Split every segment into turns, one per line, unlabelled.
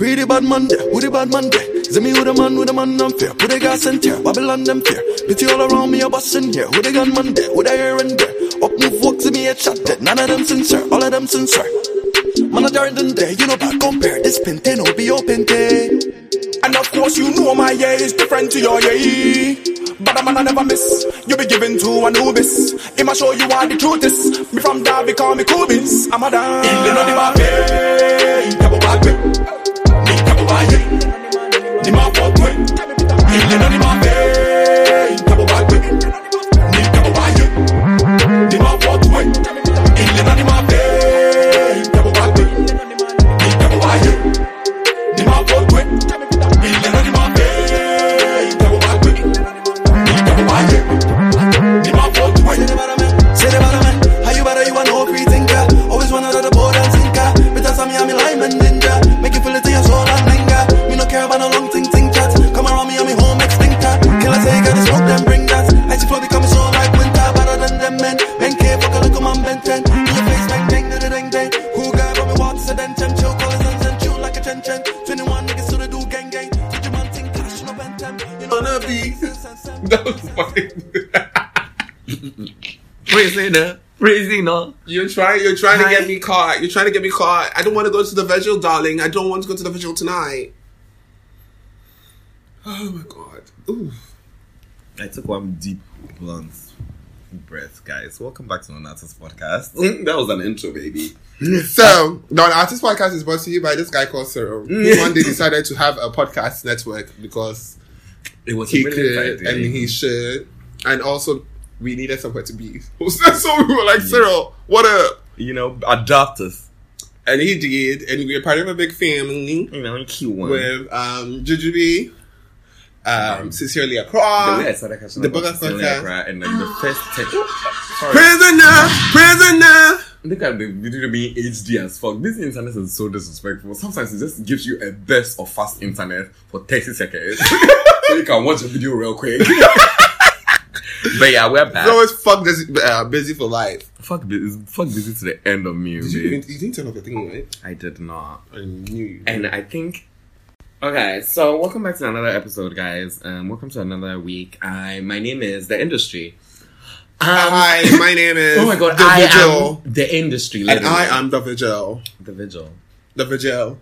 We the bad man there, we the bad man there. Zimmy who the man, who the man unfair. Who the gas in here, Babylon them fear. Pity all around me, a bus in here. Who the gunman there, who the here and there. Up move walk to me, a chat dead. None of them sincere, all of them sincere. Man a darling there, you know back compare. This pente no be open eh? day.
And of course you know my yeah is different to your yeah. But a man I never miss. You be given to Anubis. I'ma show you what the truth is. Me from Derby, call me Cubis. I'm a damn. You know the babe. You never back me. Me never back me. Ni ma walk me. You know the babe. You never back me. Me never back me. Ni ma walk me. You know the babe. You never back me. Me never back me. Ni ma walk me. You know the babe. You never back me. Me never back me. Ni ma walk me.
Say the bad man, how you better, you want no free thinker. Always wanna do the board and sinker. Better tell me I'm a lime and ninja. Make you feel it in your soul and linger. Me no care about no long ting ting chat. Come around me, I'm a home extinctor. Killer say you gotta smoke them, bring that. I see flow becoming so like winter, better than them men. Men care, fuck a little man, Ben 10. In your face like ding, ding, ding, ding. Cool guy, but me walk to the den, ten. Chill, call his and tune like a chen chen. 21 niggas to the do gang gang. Did you man think cash, no Ben 10. You know,
On a beat. That was funny.
Prisoner, prisoner.
You're trying. You're trying to
Hi.
get me caught. You're trying to get me caught. I don't want to go to the vigil, darling. I don't want to go to the vigil tonight. Oh my god. Ooh.
I took one deep, blunt breath, guys. Welcome back to Nonata's podcast.
Mm, That was an intro, baby.
So, no, the artist podcast is brought to you by this guy called Cyril, who one day decided to have a podcast network because
It was
he
a
could
brilliant
and
idea.
he should, and also we needed somewhere to be. so we were like, Cyril, what up?
you know, adopt us.
And he did, and we are part of a big family
You know, cute one.
with um Jujubee, um, Sincerely Accra,
the way I started catching
Ah, the
up on
bugger
Priscilla
sucker.
Accra and like the first tech. Sorry.
Prisoner, Prisoner.
Look at the video being HD as fuck. This internet is so disrespectful. Sometimes it just gives you a burst of fast internet for 30 seconds. so you can watch a video real quick. but yeah, we're back.
It's always fuck this, uh, busy for life.
fuck this. Fuck this is the end of me,
Did you,
babe.
even, you didn't turn off the thing, right?
I did not.
I knew you.
And I think. Okay, so welcome back to another episode, guys. Um, welcome to another week. I my name is the industry. Um,
Hi, my name is.
oh my god,
the
I
Vigil,
am the industry.
and
literally.
I am the Vigil.
the vigil.
The Vigil.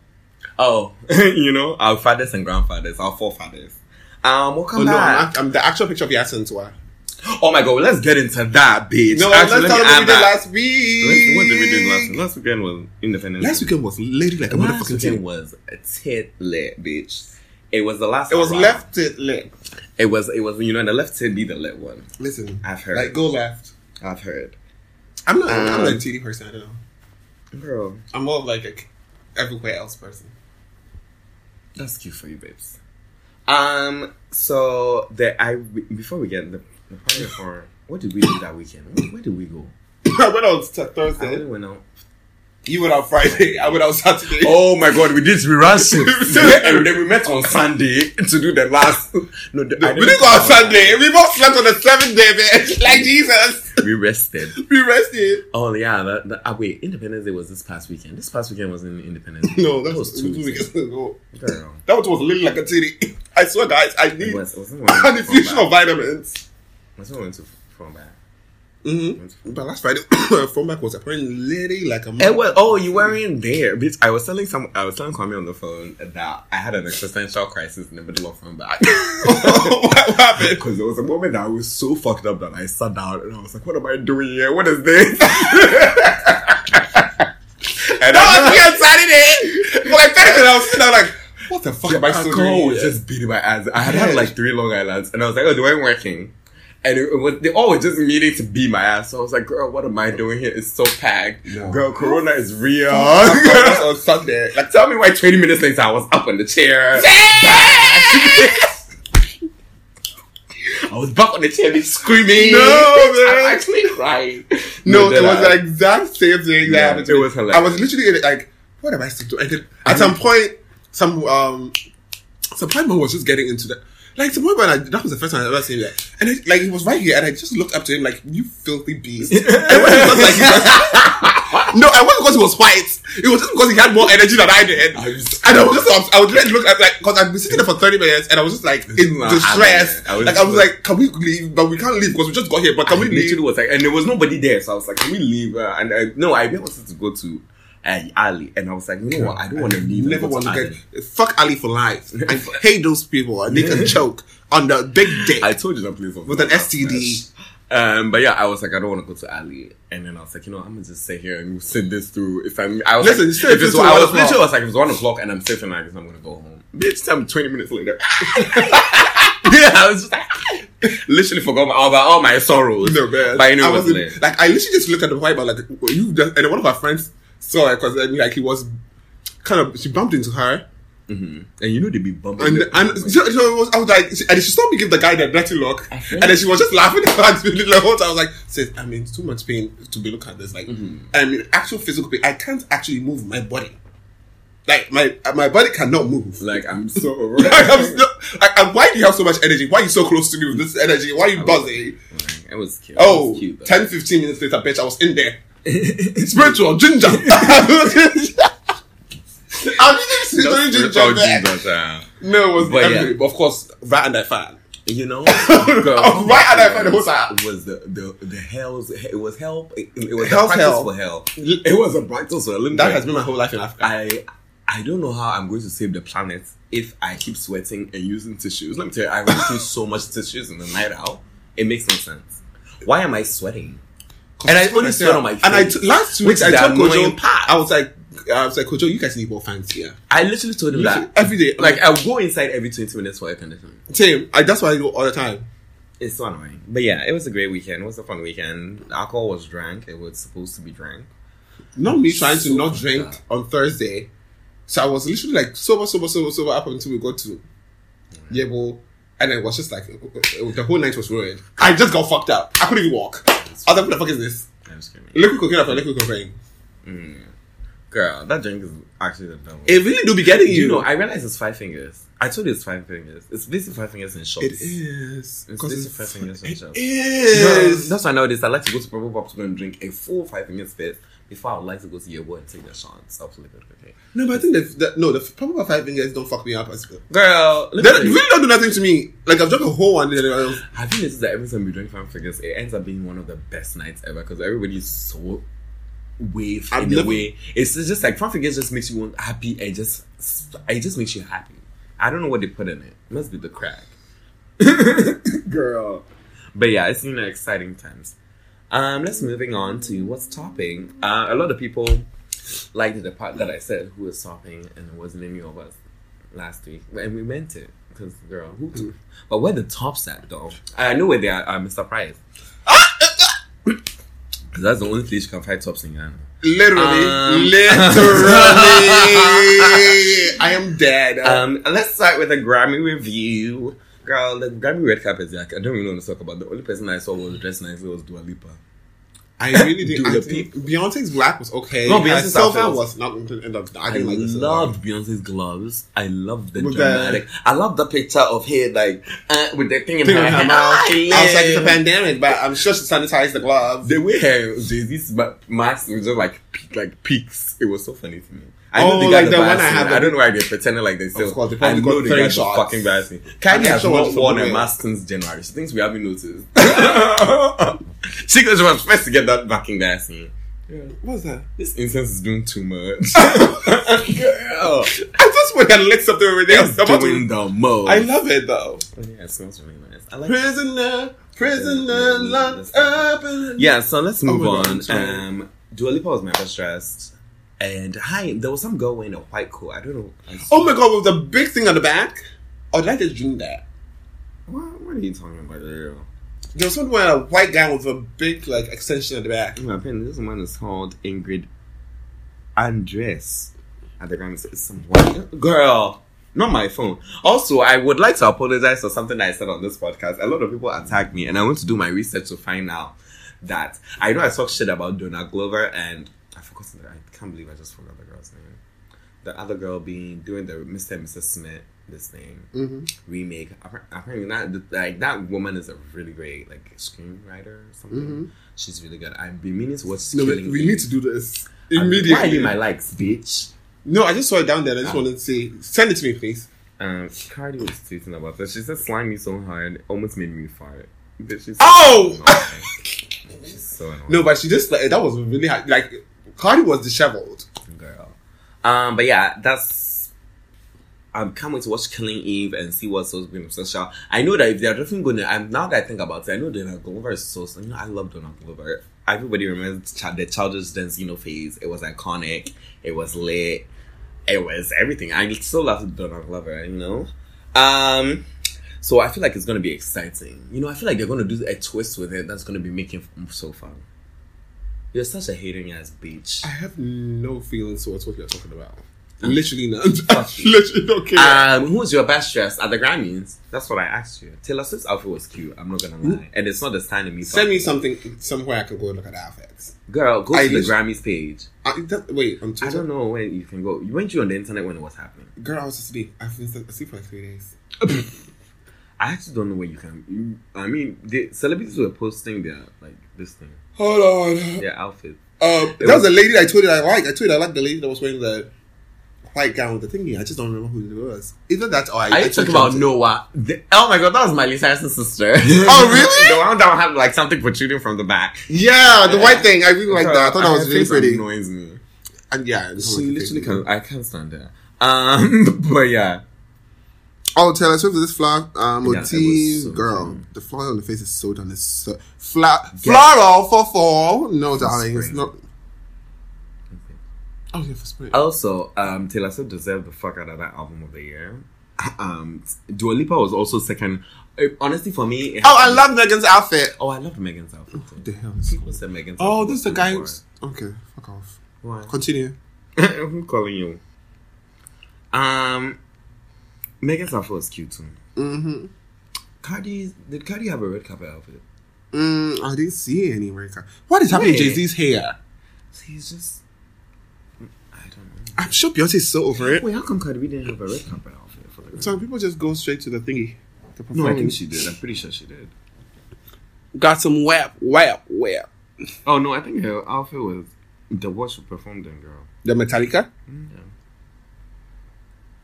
Oh, you know our fathers and grandfathers, our forefathers. Um, welcome
Oh no, I'm,
back.
act- I'm the actual picture of Yasintua.
oh my god, let's get into that, bitch.
No,
Actually,
let's
let
tell them
me
what we did
add that.
last week.
Let's- What did we do last? Last weekend was Independence.
Last weekend was lady like a
Last
motherfucking
weekend
thing.
was a tit lit, bitch. It was the last.
It was
round.
left it lit.
It was. It was. You know, the left tit be the lit one.
Listen,
I've heard.
Like go left.
I've heard.
I'm not. I'm not a
Um,
TD person. I don't know.
Girl,
I'm more of like a everywhere else person.
that's cute for you, babes. Um. So the I before we get the, the party for what did we do that weekend? Where, where did we go?
I went out t-
I
Thursday.
only went out
You went out Friday. I went out Saturday.
Oh my god, we did rehearsal. and then we met on Sunday to do the last. No, the, I
we didn't go out Sunday. We both slept on the seventh day, man. like Jesus.
We rested.
We rested.
Oh yeah, that, that, ah, wait. Independence Day was this past weekend. This past weekend wasn't Independence Day.
No,
That
that
was
was
two
two weeks ago.
ago. Girl,
That one was literally like a titty. I swear, guys, I need
it was. It wasn't when
an
we went
infusion
from
of
back.
vitamins.
It was when we went to from back.
Mm-hmm.
Went to-
But last Friday, phone back was apparently literally like a
It was. Oh, you weren't there, bitch. I was telling some. I was telling Kwame on the phone that I had an existential crisis in the middle of from back.
what happened?
Because there was a moment that I was so fucked up that I sat down and I was like, "What am I doing here? What is this?" and
That was me
I,
on Saturday. But like Saturday, I was sitting there like, what the fuck am I
my
still
alcohol
doing?
was
here?
just beating my ass. I had had like three Long Islands, and I was like, "Oh, they weren't working." And it, it was, they all were just meeting to beat my ass. So I was like, "Girl, what am I doing here? It's so packed.
No.
Girl, Corona is real."
That was on Sunday.
like, tell me why. Twenty minutes later, I was up on the chair. I was back on the chair, bitch, screaming.
No,
I'm
man.
actually crying.
No,
then
it was
I-
the exact same thing that
Yeah,
happened to
it
me.
was hilarious.
I was literally in it, like, what am I still doing? And then at some point, some um, some white man was just getting into that. Like some white man, I, that was the first time I ever seen that. And it, like he was right here, and I just looked up to him like, "You filthy beast!" And when he was like, No, it wasn't because he was white. It was just because he had more energy than I did.
I was-
And I was just, I, was, I would just look at like, because I'd been sitting there for 30 minutes and I was just like,
This
in
is not
distress.
happening. I was
like, I
just
was
like-
like, can we leave? But we can't leave because we just got here. But can
I
we leave?
literally was like, and there was nobody there, so I was like, "Can we leave?" Uh, and I, no, I wanted to go to uh, Ali, and I was like, "You know what? I don't want to leave. and
Never
go
want to
Ali."
get fuck Ali for life. I hate those people and they can choke on the big dick
I told you that place was
with an
not
STD.
Um, but yeah, I was like, I don't want to go to Ali, and then I was like, you know, I'm gonna just sit here and sit this through. If I'm, I was
Listen,
like,
sit
if it's,
through
I
till
was
one o'clock.
literally I was like, it's one o'clock, and I'm sitting like this, I'm gonna go home. Bitch, I'm 20 minutes later. yeah, I was just like, literally forgot my, about all my sorrows.
No man,
but anyway,
I
it was
wasn't-
lit.
like I literally just looked at the white man like "Were you just, and one of our friends saw it because like he was kind of she bumped into her
and you know they be bumping.
and
their-
and so, so it was, I was like she- and she saw me give the guy the dirty look and then she was just laughing at me the whole time. I was like, "Sis, I'm in too much pain to be looking at this. Like,
Mm-hmm.
I'm in actual physical pain. I can't actually move my body. Like my my body cannot move.
like I'm so
Like, I'm still, like, I'm- why do you have so much energy? Why are you so close to me with this energy? Why are you buzzing?
It was cute. it
Oh,
was cute, though.
10, 15 minutes later, bitch, I was in there. Spiritual ginger. I'm just
Just
doing
spiritual
ginger. man.
Jesus, uh,
No, it was
But
but,
yeah.
but of course, right and I fan.
You know,
Oh, why are they fighting the whole time?
It was the the the hell's it was hell. It, it was
Hell's
a practice
hell.
for hell. It was a practice for hell.
That has been my whole life in Africa.
I I don't know how I'm going to save the planet if I keep sweating and using tissues. Let me tell you, I was using so much tissues in the night out. It makes no sense. Why am I sweating? And I only sweat on my face.
And I t- last two
Which
weeks, I
is the
told
annoying
Kojo,
part.
I was like, I was like, Kojo, you guys need more fancier.
I literally told him that
Every day.
Like I'll go inside every twenty minutes for air conditioning.
same. I, that's what I do all the time.
It's so annoying. But yeah, it was a great weekend. It was a fun weekend. Alcohol was drank. It was supposed to be drank.
Not me trying to
So
not
fucked
drink
up.
on Thursday. So I was literally like sober, sober, sober, sober up until we got to Yebo. And I was just like, the whole night was ruined. I just got fucked up. I couldn't even walk. I was like, what the fuck is this?
I'm just kidding.
Liquid cocaine after liquid cocaine.
Girl, that drink is actually the devil.
It really do be getting
you
you.
know, I realized it's five fingers. I told you it's five fingers. It's basically five fingers in shots.
it is.
It's
'Cause
basically
it's-
five fingers in shots.
is.
that's why nowadays I like to go to Purple Pop to go and drink a full five fingers first before I would like to go to your boy and take the shots. Absolutely. Okay.
No, but I think the, the no, the problem of five fingers don't fuck me up as well.
Girl, let
They
me tell you.
really don't do nothing to me. Like I've drunk a whole one. And then I was,
Have you noticed that every time we drink fan figures, it ends up being one of the best nights ever because everybody's so wave
I've
in a
never-
way. It's it's just like fan figures just makes you want happy. It just it just makes you happy. I don't know what they put in it. Must be the crack, girl. But yeah, it's been exciting times. Um, let's moving on to what's topping. Uh, a lot of people liked the part that I said who was topping, and it wasn't any of us last week, and we meant it because girl, who took but where the tops at though? I know where they are. uh, I'm surprised. Ah! 'Cause that's the only place you can find tops in Ghana.
literally,
Um.
literally, I am dead.
Um, let's start with a Grammy review. Girl, the Grammy red carpet, yeah, I don't really want to talk about. The only person I saw was dressed nicely was Dua Lipa.
I really did.
Do
I
the
think Beyonce's black was okay.
No,
Her
Beyonce's
silver
outfit was-
was not. And the, I
I,
didn't like the silver.
loved Beyonce's gloves. I loved the
With the-
dramatic. I love the picture of her like uh, with the thing in
Thing
her,
in her
hand.
mouth.
Ah, I
I was like, it's a
live.
pandemic, but I'm sure she sanitized the glove.
The way her Jay Z's mask was just like pe- like peaks. It was so funny to me. I
Oh,
know they got
like
the
the one I
vaccine. I,
had that-
don't know why they're pretending like they still.
course, they
I
probably
know
got
they
three
got the
shots.
fucking vaccine. Kanye
think
has
someone
not
just
worn a
overweight.
mask since January. She thinks we haven't noticed. she goes, she was first to get that fucking vaccine.
What's that?
This incense is doing too much. Girl,
I just want to lick something over there.
it's
I'm about
doing
to-
the most.
I love it though.
Yeah, it smells really nice. I like.
Prisoner, prisoner,
Mm,
locked
that's-
up. in-
Yeah, so let's move
Oh my God,
on.
I'm sorry.
um, Dua Lipa was my best dressed. And hi, there was some girl wearing a white coat. I don't know. I
Oh my god, with the big thing on the back. Or did I just dream that?
What, what are you talking about, girl?
There was someone wearing a white gown with a big like extension at the back.
In my opinion, this woman is called Ingrid Andres. At the Grammys, it's some white girl. Not my phone. Also, I would like to apologize for something that I said on this podcast. A lot of people attacked me, and I want to do my research to find out that I know I talked shit about Donna Glover, and I forgot. I can't believe I just forgot the girl's name. The other girl being doing the Mr. and Mrs. Smith. this thing remake. Appar- Apparently, that the- like that woman is a really great like screenwriter. Or something. She's really good. I've been meaning to watch.
No, we,
Killing
we
Eve.
need to do this
I mean,
immediately.
Why are you in my likes, bitch?
no, I just saw it down there. I just wanted to say, send it to me, please.
Um, Cardi was tweeting about this. She said, "Slime me so hard, it almost made me fart." Bitch, she's so
Ow!
annoying. she's so annoying.
No, but she just like that was really hard. Like Cardi was disheveled.
girl. Um, but yeah, that's. I can't wait to watch Killing Eve and see what's supposed to be special. I know that if they're definitely going to, I'm now that I think about it, I know Donald Glover is so. You know, I love Donald Glover. Everybody remembers chi- the childish Denzino phase. It was iconic. It was lit. It was everything. I still love Donald Glover. You know. Um. So I feel like it's gonna be exciting. You know, I feel like they're gonna do a twist with it that's gonna be making f- so fun. You're such a hating ass bitch.
I have no feelings towards what you're talking about. Literally none.
Fuck you.
Literally don't care.
Um, who was your best dress at the Grammys? That's what I asked you. Taylor Swift's outfit was cute. I'm not gonna lie, and it's not the sign of me.
Send me
talking.
something somewhere I can go and look at outfits.
girl. Go
I
to the
lit-
Grammys page.
I, that, wait, I'm too.
I don't know when you can go. You went you on the internet when it was happening.
Girl, I was asleep. I've been asleep for like three days.
I actually don't know where you can. You, I mean, the celebrities were posting their like this thing,
Hold on.
their outfit.
Um,
It
that was
was-
a lady I told you I liked. I told you I liked the lady that was wearing the white gown with the thingy. I just don't remember who it was. Either that or I.
Are
I
you
took
talking about
it.
Noah? The- oh my god, that was Miley Cyrus' sister.
Oh, really?
the one that had like something protruding from the back.
Yeah, the white thing. I really liked that. I thought that was
Her
really
face
pretty.
Annoys me.
And yeah, this
She
one was
literally
pretty.
can. I can't stand her. Um, but yeah.
Oh, Taylor Swift is this flower uh, motif,
was so
girl.
done.
The flower on the face is so done. It's so fla-
Yeah.
floral for fall. No, darling, it's
spring.
not. Oh yeah, for spring.
Also, um, Taylor Swift deserved the fuck out of that album of the year. Um, Dua Lipa was also second. Uh, honestly, for me, it
Oh, I love Megan's outfit.
Oh, I love Megan's outfit.
What the hell? Is
People said Megan's.
oh,
outfit
this is the
was
guy.
too
Who's- okay, fuck off.
boring. Why?
Continue.
Who calling you? Um, Megan's outfit was cute too.
Mm-hmm.
Cardi, did Cardi have a red carpet outfit?
Mm, I didn't see any America. What is happening
Wait.
to Jay Z's hair?
He's just. I don't know.
I'm sure Beyonce is so over it.
Wait, how come Cardi B didn't have a red carpet outfit for the?
Some people just go straight to the thingy. The
no, I think
performance.
she did. I'm pretty sure she did.
got some whap, whap, whap.
Oh no, I think her outfit was the what she performed in, girl.
The Metallica. Mm-hmm.
Yeah,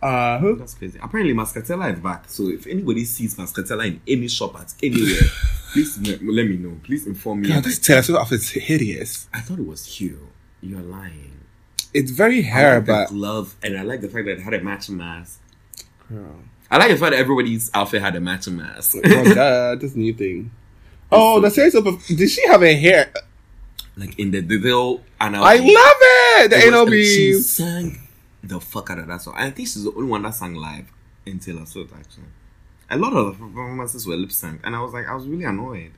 Uh, who?
that's crazy. Apparently, Mascatella is back. So if anybody sees Mascatella in any shop at anywhere, please me- let me know. Please inform me.
Yeah, this Taylor Swift outfit's hideous.
I thought it was cute. You're lying.
It's very
I
hair,
like the
but
glove, and I like the fact that it had a matching mask. I like the fact that everybody's outfit had a matching mask.
oh god, this new thing. Oh, the series of did she have a hair?
like in the little anal.
I love it. The anal
She
beads.
sang the fuck out of that song. I think she's the only one that sang live in Taylor Swift actually. A lot of the performances were lip sync, and I was like, I was really annoyed.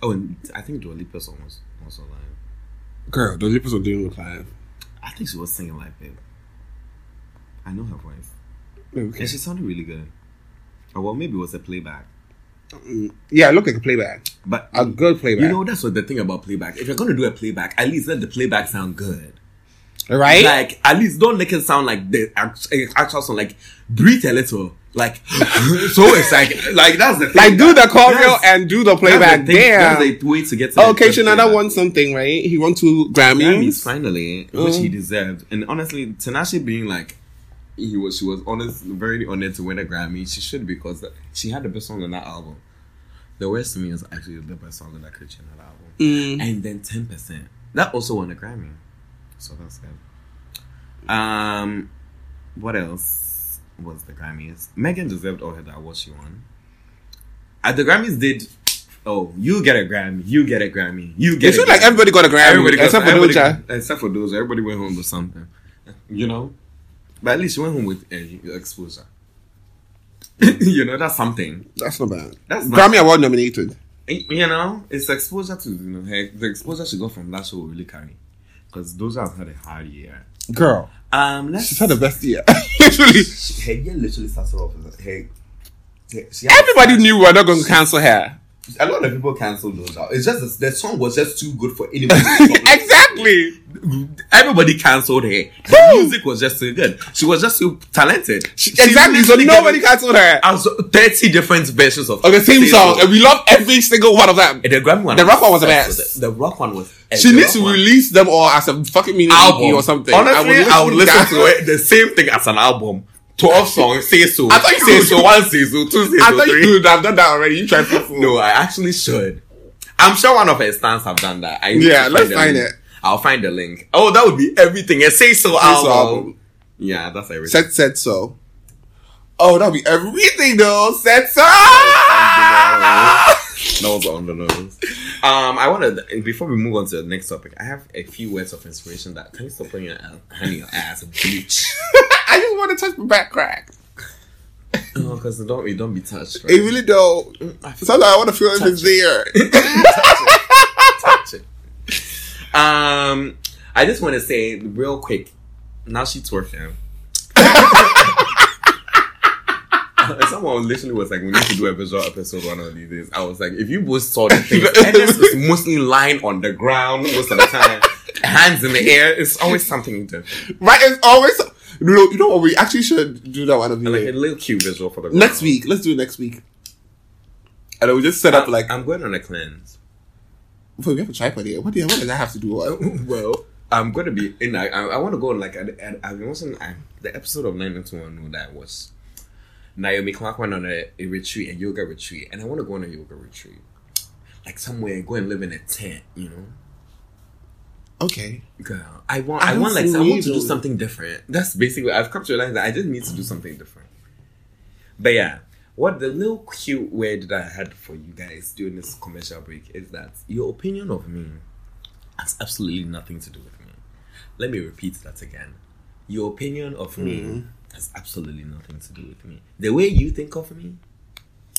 Oh, and I think Dua Lipa's song was also live.
Girl, those lips are doing look live.
I think she was singing live, babe. I know her voice,
Okay.
and she sounded really good. Or well, maybe it was a playback,
Yeah, it looked like a playback.
but
A good playback.
you know that's what the thing about playback. If you're gonna do a playback, at least let the playback sound good.
right?
Like, at least don't make it sound like the act- eh, actual song. Like, breathe a little. Like, so it's like, like that's the thing.
Like, do the choreo
That's-
and do the
that's
playback.
the thing.
Damn.
That's the way to get to the
Okay,
good
Shinada
playback.
won something, right? He won two
Grammys
Grammys.
finally, which
Oh.
he deserved. And honestly, Tanashi being like, he was, she was honest, very honored to win a Grammy. She should because she had the best song on that album. The worst to me is actually the best song on that Christian album.
Mm.
And then ten percent that also won a Grammy. So that's good. Um, what else was the Grammys? Megan deserved all her that what she won. Uh, the Grammys did. Oh, you get a Grammy. You get a Grammy. You get.
It
a
felt like
Grammy.
everybody got a Grammy,
Everybody got-
except for
everybody-
Doja.
Except for Doja, everybody went home with something, you know. But at least she went home with uh, exposure. you know, that's something.
That's not bad.
That's not-
Grammy Award nominated.
Eh, you know, it's exposure to you know, her, the exposure she got from that show will really carry. Because Doja has had a hard year.
Girl,
Um, let's.
she's had the best year. Literally,
Her year literally started off. with Her, her, she had-
everybody knew we were not going to cancel her.
A lot of people cancelled those out. It's just this- the song was just too good for anybody. to stop.
Exactly.
Everybody cancelled her. The music was just so good. She was just so talented. She, she
Exactly. So
literally gave
nobody
us-
cancelled her.
I was thirty different versions of
Of the same song, and we love every single one of them.
And the Grammy one.
The rock one was the
obsessed
best.
with it. The rock one was.
She
the
needs
rock
to
one-
release them all as a fucking mini
album
album or something.
Honestly, I would listen,
that.
to it the same thing as an album. Twelve songs, say so.
I thought you
say
would.
so. One say so. Two say
I
so.
thought
three.
you could have done that already. You tried to fool.
No, I actually should. I'm sure one of her stans have done that. I need
Yeah,
to
let's
the
find
link.
it.
I'll find the link. Oh, that would be everything. A say so
Say So
album.
album.
Yeah, that's everything.
Said said so. Oh, that'll be everything though. Said so.
That was on the nose. Um, I wanted before we move on to the next topic, I have a few words of inspiration. That can you stop putting your ass- hand in your ass and bleach?
I just want to touch my back crack.
Because it don't it don't be touched. Right?
It really don't. Sometimes I want to feel if it's there.
Um, I just want to say real quick. Now she's twerking. Someone literally was like, "We need to do a visual episode one of these days." I was like, "If you both saw the thing, Ennis is mostly lying on the ground most of the time, hands in the air. It's always something different.
right? It's always. No, you know what? We actually should do that one of the
Like a little cute visual for the ground.
Next week, let's do it next week. And then we just set up like
I'm going on a cleanse.
Wait, we have a tripod here. What, do, what does that have to do? with-
Well, I'm gonna be in. I, I, I want to go on like I, I, I wasn't I, the episode of 90210 that was Naomi Clark went on a, a retreat, a yoga retreat, and I want to go on a yoga retreat, like somewhere go and live in a tent, you know.
Okay.
Girl, I want
I
I,
don't
want like
see
I want to do
needles.
something different. That's basically I've come to realize that I just need to do something different. But yeah, what the little cute word that I had for you guys during this commercial break is that your opinion of me has absolutely nothing to do with me. Let me repeat that again. Your opinion of me
Mm-hmm.
has absolutely nothing to do with me. The way you think of me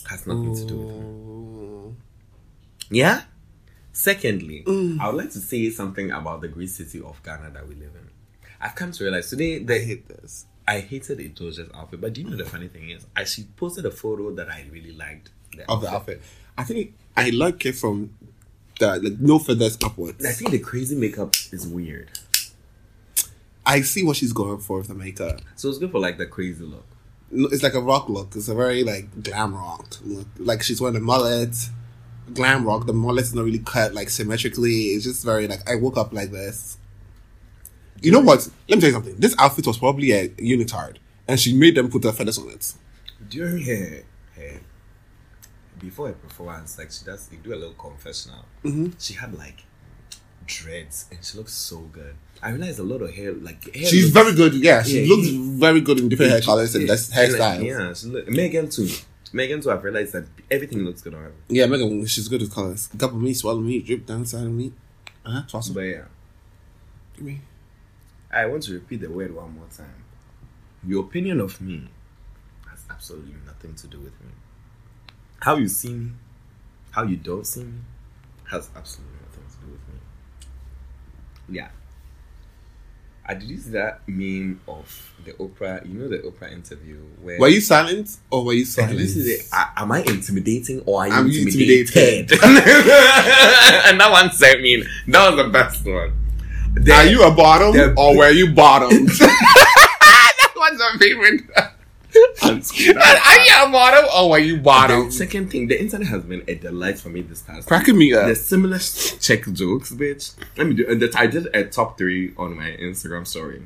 has nothing to do with me. Yeah. Secondly, I would like to say something about the great city of Ghana that we live in. I've come to realize today that I, hate this. I hated Itoja's outfit, but do you know the funny thing is, I she posted a photo that I really liked
Of the outfit. I think I like it from the like no feathers upwards.
I think the crazy makeup is weird,
I see what she's going for with the makeup.
so it's good for like the crazy look.
No, It's like a rock look. It's a very like glam rock look. Like she's wearing a mullet. Glam rock. The mullet's not really cut like symmetrically. It's just very like I woke up like this. You know what? Let me tell you something. This outfit was probably a unitard, and she made them put their feathers on it.
during her, her before her performance, like she does, they do a little confessional. She had like dreads, and she looks so good. I realized a lot of hair, like hair
She's
looks-
very good. Yeah, she
Yeah,
looks very good in different hair colors and
Yeah,
that's hairstyles.
like,
Yeah.
Yeah, she look, Megan too. Megan too. I've realized that everything looks good on her.
Megan, she's good with colors. Gobble me, swallow me, drip down side of me. Uh-huh, toss
But
me.
yeah, I want to repeat the word one more time. Your opinion of me has absolutely nothing to do with me. How you see me, how you don't see me, has absolutely nothing to do with me. Yeah. I did you see that meme of the Oprah? You know the Oprah interview where
Were you silent or were you silent?
This is it. I- am I intimidating or are you
I'm
intimidated?
intimidated.
and that one sent me. That was the best one. The-
Are you a bottom
The-
or were you bottomed?
that one's my favorite.
I'm scared. Are you a bottom or were you
The
bottomed?
second thing, the internet has been a delight for me this past. week.
Cracking me up.
The similar check jokes, bitch. Let me do. and That I did a top three on my Instagram story.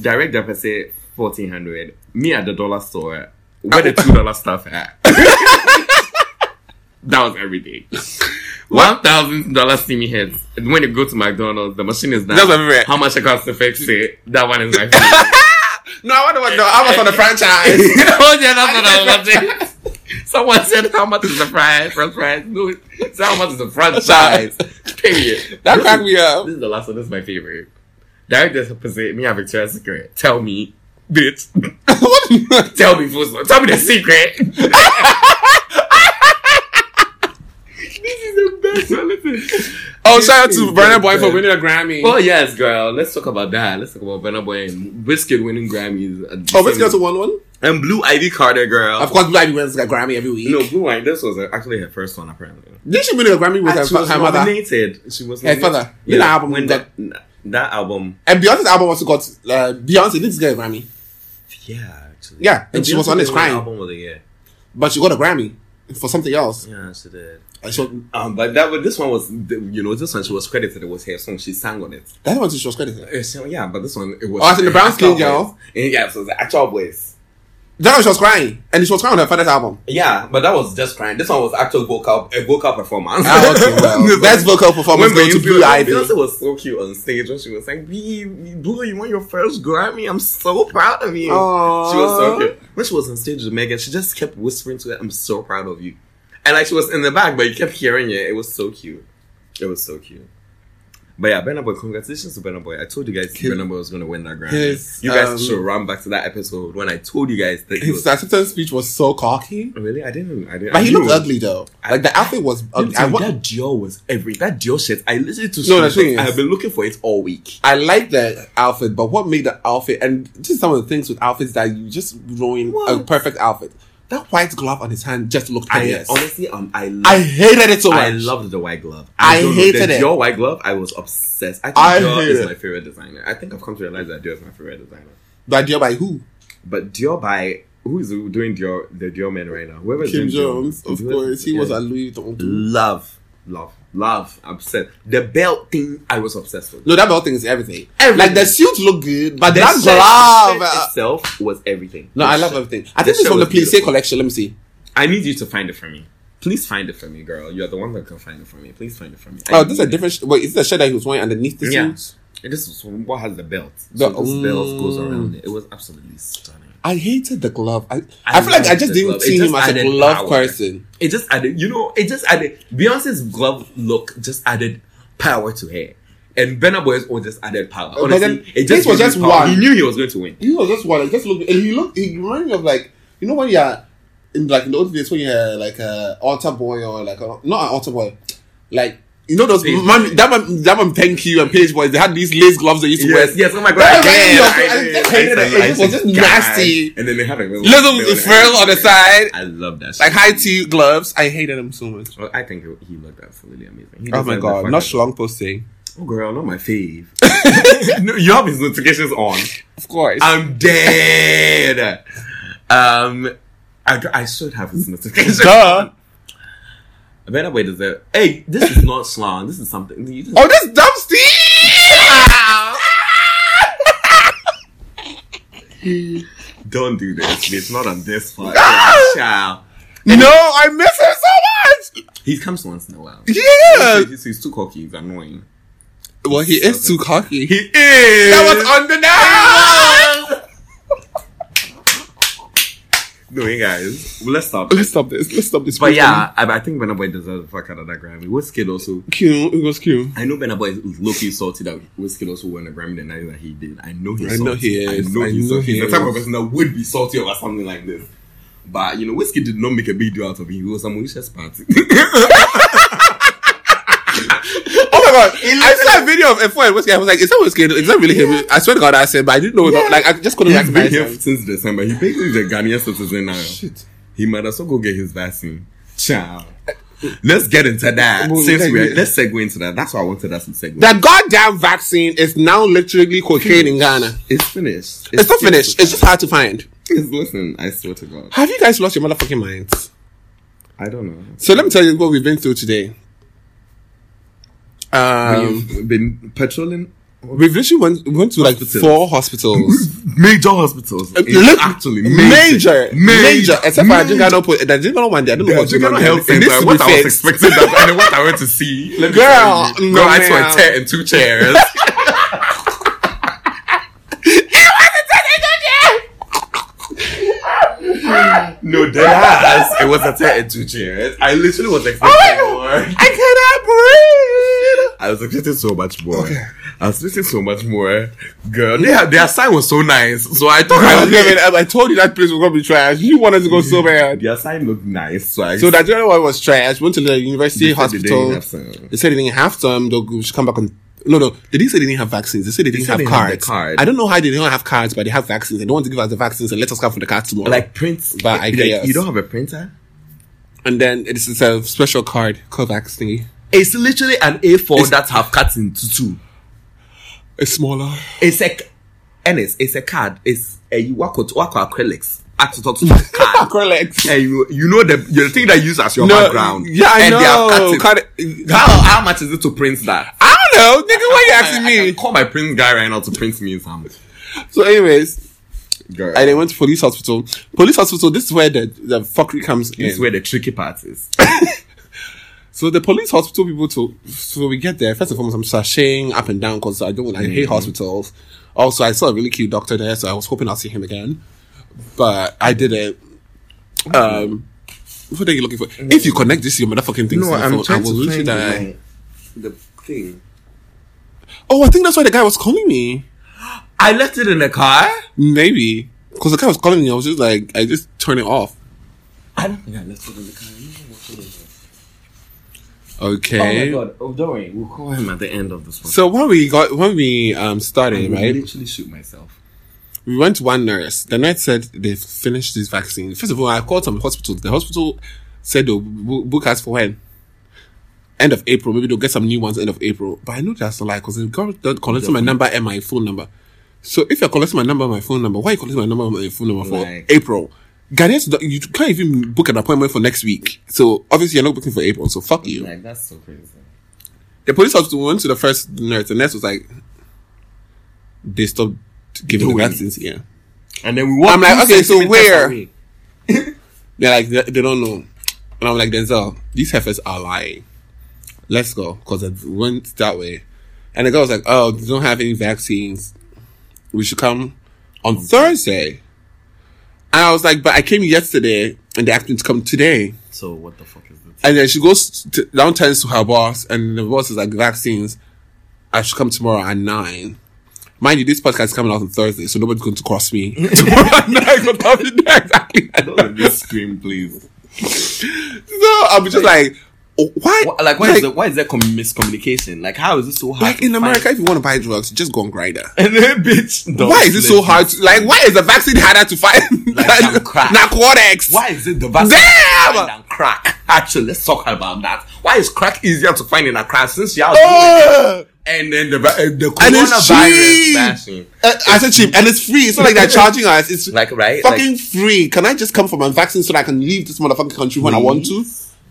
Direct deficit fourteen hundred. Me at the dollar store. Where the two dollar stuff at? that was everything. One thousand dollar steamy heads. And When you go to McDonald's, the machine is down.
That's my favorite.
How much it costs to fix it? That one is my favorite.
No, I wonder what. No, I was on the franchise.
oh yeah, that's what I was watching. Someone said, "How much is the fries?" French fries. No, it's how much is the French fries? Period.
That cracked me up.
This is the last one. This is my favorite. Direct opposite me and Victoria's Secret. Tell me, bitch.
What?
Tell me, Fuso. Tell me the secret. this is the best one. Listen.
Oh, shout out to Burner Boy for
Good.
winning a Grammy.
Oh yes, girl. Let's talk about that. Let's talk about Burna Boy and Biscuit winning Grammys. at
Oh,
the same-
let's go to one one.
And Blue Ivy Carter, girl.
Of course, Blue Ivy wins a Grammy every week.
No, Blue Ivy. This was uh, actually her first one, apparently.
Didn't she win a Grammy with her,
she was
her mother?
nominated. She was
Her
nominated.
father. Did that album
when
got-
that, that album.
And Beyonce's album also got uh, Beyonce did get a Grammy,
Yeah, actually.
Yeah, and she was
Beyonce
on this
did win
crying.
Album of the year.
but she got a Grammy for something else.
Yeah, she did.
And she was-
Um, but that was this one was you know this one she was credited. It was her song. She sang on it.
that's what she was credited.
Uh, so, yeah, but this one it was.
Oh, I think the brown skin
Actual
girl.
Boys. And, yeah, so it was the actual boys.
That's why she was crying, and she was crying on her father's album.
Yeah, but that was just crying. This one was actual vocal a vocal performance.
Ah, okay, well, best vocal performance
Remember,
go to
you-
Blue Ivy.
Beyonce was so cute on stage when she was like, "Bee, Blue, you won your first Grammy. I'm so proud of you."
Aww.
She was so cute. When she was on stage with Megan, she just kept whispering to her, "I'm so proud of you," and like she was in the back, but you kept hearing it. It was so cute. It was so cute. But yeah, Burna Boy, congratulations to Burna Boy. I told you guys Burna Boy was going to win that Grammy.
his,
you guys
um,
should run back to that episode when I told you guys that he
His
was.
acceptance speech was so cocky,
Really, I didn't. I didn't.
but
I
he
knew
looked
it.
ugly though. Like the outfit was ugly. Um, I,
Listen,
wa-
that Dior was every that Dior shirt. I listened to
No, the
screenshots.
thing is-
I have been looking for it all week.
I like the outfit, but what made the outfit and just some of the things with outfits that you just ruin a
What?
perfect outfit. That white glove on his hand just looked
I
hideous. I,
honestly, um, I love,
hated it so much.
I loved the white glove.
I
don't know,
hated
the
it.
Dior white glove. I was obsessed. I think
I
Dior
hate
is
it.
my favorite designer. I think I've come to realize that Dior is my favorite designer.
the idea by who?
But Dior by who is doing Dior the Dior men right now? Whoever is
Kim
doing Dior.
Jones, of
Whoever-
course. He was a
yeah.
Louis Vuitton.
love, love, love. Obsessed. The belt thing. I was obsessed with.
No, that whole thing is everything.
Everything.
Like the suit looked good, but
The
that
shirt-
glove.
the shirt
uh,
itself was everything.
No,
The
I love
shirt-
everything. I
the
think it's
shirt
from the
was
Plissé
beautiful.
collection. Let me see.
I need you to find it for me. Please find it for me, girl. You're the one that can find it for me. Please find it for me. I
Oh, this is a
need it.
different. Sh- wait, is this a shirt that he was wearing underneath the
Yeah.
suit?
And this is what has the belt.
The-
So this belt goes
Mm.
around it. It was absolutely stunning.
I hated the glove. I, I,
I
feel like I
loved
just
the
didn't
glove. It
see
just
him as a
added
glove
power.
person.
It just added, you know, it just added Beyonce's glove look just added power to her. And Burna Boy's own just added power.
But
Honestly,
then
it
this
just
was
gave
just
me power.
one.
He knew he was going to win.
He was just one. He just looked. And he looked. He reminded me of like you know when you're in like in the old days when you're like a altar boy or like a, not an altar boy, like you know those
Page
mom, that mom, that mom, thank you and page boys. They had these lace gloves they used to wear.
Yes, yes, oh my god.
That
I
reminded
did,
me of-
I
I
did,
just
I
hated
did,
it. It
I
just
said,
was just
"God."
nasty.
And then they have a little,
Little frill on the side,
I love that.
like
shit.
high tea gloves. I hated him so much.
Well, I think he looked absolutely amazing. He
Oh my
deserved the
god,
fuck
not
out of-
long posting.
Oh, girl, not my fave. no, you have his notifications on.
Of course.
I'm dead. Um, I, I should have his notifications.
Duh.
I better wait is there. Hey, this is not slang. This is something. You just,
Oh, that's dumb Steve!
Don't do this. It's not on this podcast. Child.
no, I miss him so much.
He comes once in a while.
Yeah.
He's, he's too cocky. He's annoying.
Well, he is too cocky.
He is.
that was undeniable.
No, hey guys, let's stop.
Let's stop this. Let's stop this.
But yeah, I, I think Burna Boy deserves the fuck out of that Grammy. Wizkid also.
cute. It was cute.
I know Burna Boy is low-key salty that Wizkid also won the Grammy the night that he did. I know he's
I know
salty.
he is.
I know
I
he's
know
salty.
he
He's the type
is.
of person that would be salty over something like this. But you know, Wizkid did not make a big deal out of it. He was a Mauritius party.
Oh my god! I saw a video of F1 and Whiskey. I was like, "Is that Whiskey? Is that really him?" I swear to God, I said, but I didn't know. it was- Like, I just couldn't
He's been
recognize
here
him.
since December. He basically is a Ghanaian citizen now.
Shit.
He might as well go get his vaccine. Ciao. Let's get into that.
Well,
Since
like-
we're, let's segue into that. That's why I wanted us to segue.
That goddamn vaccine is now literally cocaine in Ghana.
it's finished.
It's not finished. It's just hard to find.
It's, listen, I swear to God.
Have you guys lost your motherfucking minds?
I don't know.
So let me tell you what we've been through today. Um,
You've been patrolling
we've literally went, went to like
Hospitals.
four hospitals.
major hospitals. It's
Look,
actually
major, major, Except for
major.
Adjungano put Adjungano one day. I don't know
The
what's going
Adjungano
on.
Health
It
Center.
needs to
What
be
I was
fixed.
expecting that, and what I went to see. Let me
Girl,
tell you.
no,
girl, I saw
ma'am.
a chair and two chairs. No, dead ass. It was a chair and two chairs. I literally
Oh
was expecting more.
I cannot breathe.
I was expecting so much more. I was expecting so much more. Girl, they had, their sign was so nice. So I thought
I,
I
was
was
giving up. I told you that place was gonna be trash. You wanted to go so bad.
Their sign looked nice. So, I
So the Adjungano one was trash. Went to the university
They said they
hospital.
didn't have uh, some.
They said they didn't have some. They'll- We should come back on No, no. They didn't say they didn't have vaccines. They said they didn't
said
have
they had the
cards.
card.
I don't know how they don't have cards, but they have vaccines. They don't want to give us the vaccines and let us come for the cards tomorrow.
Like prints,
But I
eh, like,
guess.
you don't have a printer.
and then it's, it's a special card, Covax thingy.
It's literally an A4 that have cut into two.
It's smaller.
It's a, and it's it's a card. It's eh, a wako wako acrylics. Acrylics card.
Acrylics.
and Eh, you, you know the you thing that you use as your
No,
background.
yeah, I
and
know.
They have cut
Cut
it. How how much is it to print that?
I don't know, nigga. Why you
I-
asking
I, can
me?
call my print guy right now to print me some.
So, anyways,
Girl,
and they went to police hospital. Police hospital. This is where the the fuckery comes in.
this is where the tricky part is.
So the police hospital people to so we get there. First and foremost, I'm sashaying up and down because I don't I hate hospitals. Also, I saw a really cute doctor there, so I was hoping I'll see him again, but I didn't. Um, what are you looking for? If you connect this, to your motherfucking thing. to your phone, I will literally die.
the thing.
Oh, I think that's why the guy was calling me.
I left it in the car.
Maybe because the guy was calling me, I was just like, I just turned it off.
I don't think I left it in the car.
Okay.
Oh my god! Oh, don't worry. We'll call him at the end of this one.
So when we got when we um
I
started,
will
right?
literally shoot myself.
we went to one nurse. The nurse said they finished this vaccine. First of all, I called some hospitals. The hospital said they'll bo- book us for when? End of April. Maybe they'll get some new ones end of April. But I know that's a lie because the girl don't collect my number and my phone number. So if you're collecting my number and my phone number, why are you collecting my number and my phone number for
Like-
April? Ghanaians, don't- you can't even book an appointment for next week. So obviously you're not booking for April. So fuck you.
Like that's so crazy.
The police officer went to the first nurse. The nurse was like, they stopped giving the
Doing it.
vaccines. Yeah.
And then we walk.
I'm like,
two
okay, so
centimeters
where?
away.
They're like, they, they don't know. And I'm like, Denzel, these heifers are lying. Let's go. Because it went that way. And the girl was like, oh, they don't have any vaccines. We should come on Thursday. And I was like, but I came yesterday and they asked me to come today.
So what the fuck is this?
And then she goes to, down, turns to her boss, and the boss is like, vaccines, I should come tomorrow at 9. Mind you, this podcast is coming out on Thursday, so nobody's going to cross me tomorrow at 9. But I'll be there exactly at
Don't let me scream, please.
No, I'll be just like, oh, why?
What, like, why is there, why is there com- miscommunication? Like, how is it so hard?
Like
to
in
find-
America, if you want to buy drugs, just go on grinder.
and then bitch, don't
Why is it
let
so
me-
hard? To, like, why is the vaccine harder to find?
Oh, Like some crack.
Narcotics.
Why is it the vaccine
Damn!
harder than crack? Actually, let's talk about that. Why is crack easier to find in Accra since y'all
Ugh.
and then the va- uh, the
Oh! And it's cheap.
coronavirus vaccine?
Uh, I said cheap, and it's free. It's not like they're charging us. It's
Like right,
fucking
Like,
free. Can I just come for my vaccine so that I can leave this motherfucking country when I want to?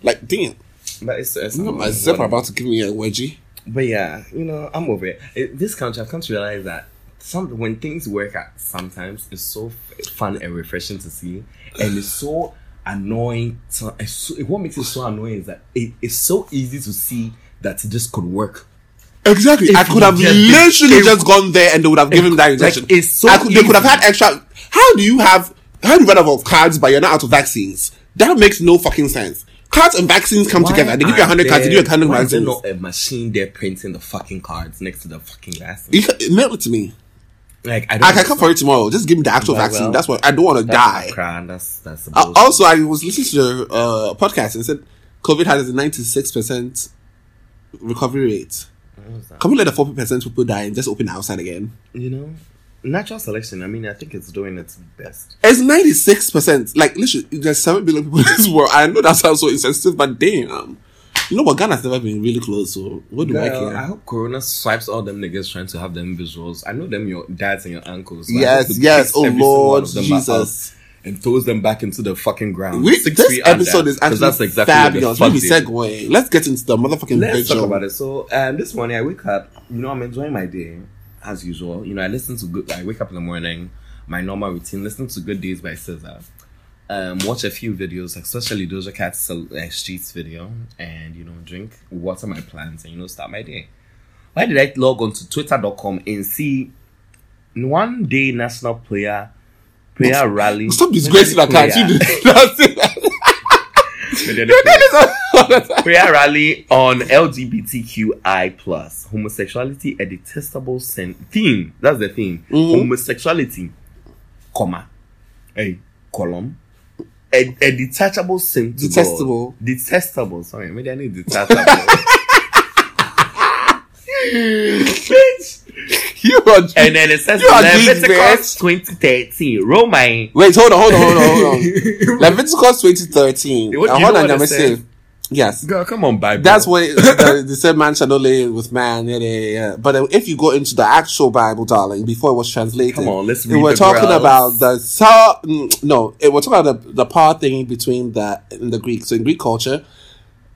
Like, damn.
but it's, it's
You know, my zipper about to give me a wedgie.
But yeah, you know, I'm over it. it. This country, I've come to realize that some when things work out, sometimes it's so f- fun and refreshing to see, and it's so annoying. To, it's so, what makes it so annoying is that it, it's so easy to see that this could work.
Exactly. I
If
could have
you get
literally
it-
just gone there and they would have given him that injection.
like, it's so
I could, they could have
easy.
had extra. How do you have? How do you run out of cards but you're not out of vaccines? That makes no fucking sense. Cards and vaccines come together. They give you
are
hundred cards. They give you
there-
hundred
why is there
vaccines.
not a machine there printing the fucking cards next to the fucking vaccine?
You can, mail it to me.
Like I don't.
I can come for it tomorrow. Just give me the actual
Well,
vaccine.
well,
that's what I don't want to
That's
die.
Accra, That's that's the
Uh,
bullshit.
also, I was listening to your uh, podcast and it said COVID has a ninety-six percent recovery rate. Can we let the forty percent people die and just open the outside again?
you know, natural selection. I mean, I think it's doing its best.
It's ninety six percent. Like literally, there's seven billion people in this world. I know that sounds so insensitive, but damn, you know what? Ghana's never been really close. So what do I
Girl,
care?
I hope Corona swipes all them niggas trying to have them visuals. I know them your dads and your uncles. but I
Yes,
hope it
yes,
picks
oh
every single
Lord
one of them back
Jesus.
up And throws them back into the fucking ground.
we,
Six
this
feet under,
episode is
'cause
actually
that's exactly what the
fabulous.
fuck
Let me
they did.
segue. eh? Let's get into the motherfucking
Let's
picture.
talk about it. So um, this morning I wake up. You know, I'm enjoying my day as usual. You know, I listen to good. I wake up in the morning, my normal routine. Listen to Good Days by SZA. Um, watch a few videos, especially Doja Cat's uh, Streets video, and you know, drink, water my plants, and you know, start my day. Why did I log on to Twitter.com and see one day national player prayer rally?
Stop disgracing our cards. You do that's it.
prayer rally on LGBTQI plus homosexuality a detestable sin theme. That's the theme.
Mm-hmm.
Homosexuality, comma, a column, a, a detachable sin. to God.
Detestable.
Detestable. Sorry, maybe I need detachable.
You are.
And then it says
You are
Leviticus 2013. Roman.
Wait, hold on, hold on, hold on, hold on. Leviticus 2013.
What- do
I
you
want
know what
to number
it says?
six. Yes.
Girl, come on, Bible.
That's what it, the, they said man shall not lay with man. Yeah, yeah, yeah. But uh, if you go into the actual Bible, darling, before it was translated,
Come on, let's
we
read
were
the
talking
growls.
about the so, mm, no, it, we're talking about the, the par thing between the in the Greek. So in Greek culture,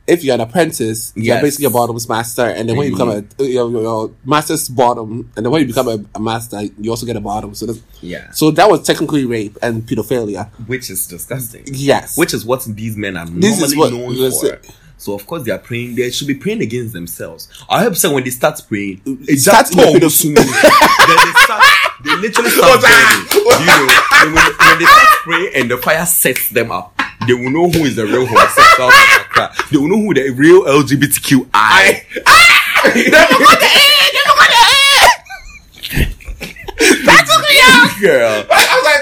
if you're an apprentice, you're
Yes. Mm-hmm.
basically a bottom's master, and then when you become a your, your, your master's bottom, and then when you become a, a master, you also get a bottom. So that's,
Yeah.
so that was technically rape and pedophilia.
Which is disgusting.
Yes,
Which is what these men are
This
normally
is what-
known
let's
for.
say-
So of course they are praying. They should be praying against themselves. I hope so. When they start praying,
It starts
Paul
with
was soon. then they start. They literally start burning. You know, and when, when they start praying and the fire sets them up, they will know who is the real homosexual. in Accra. They will know who the real LGBTQI. Girl,
I was like, uh,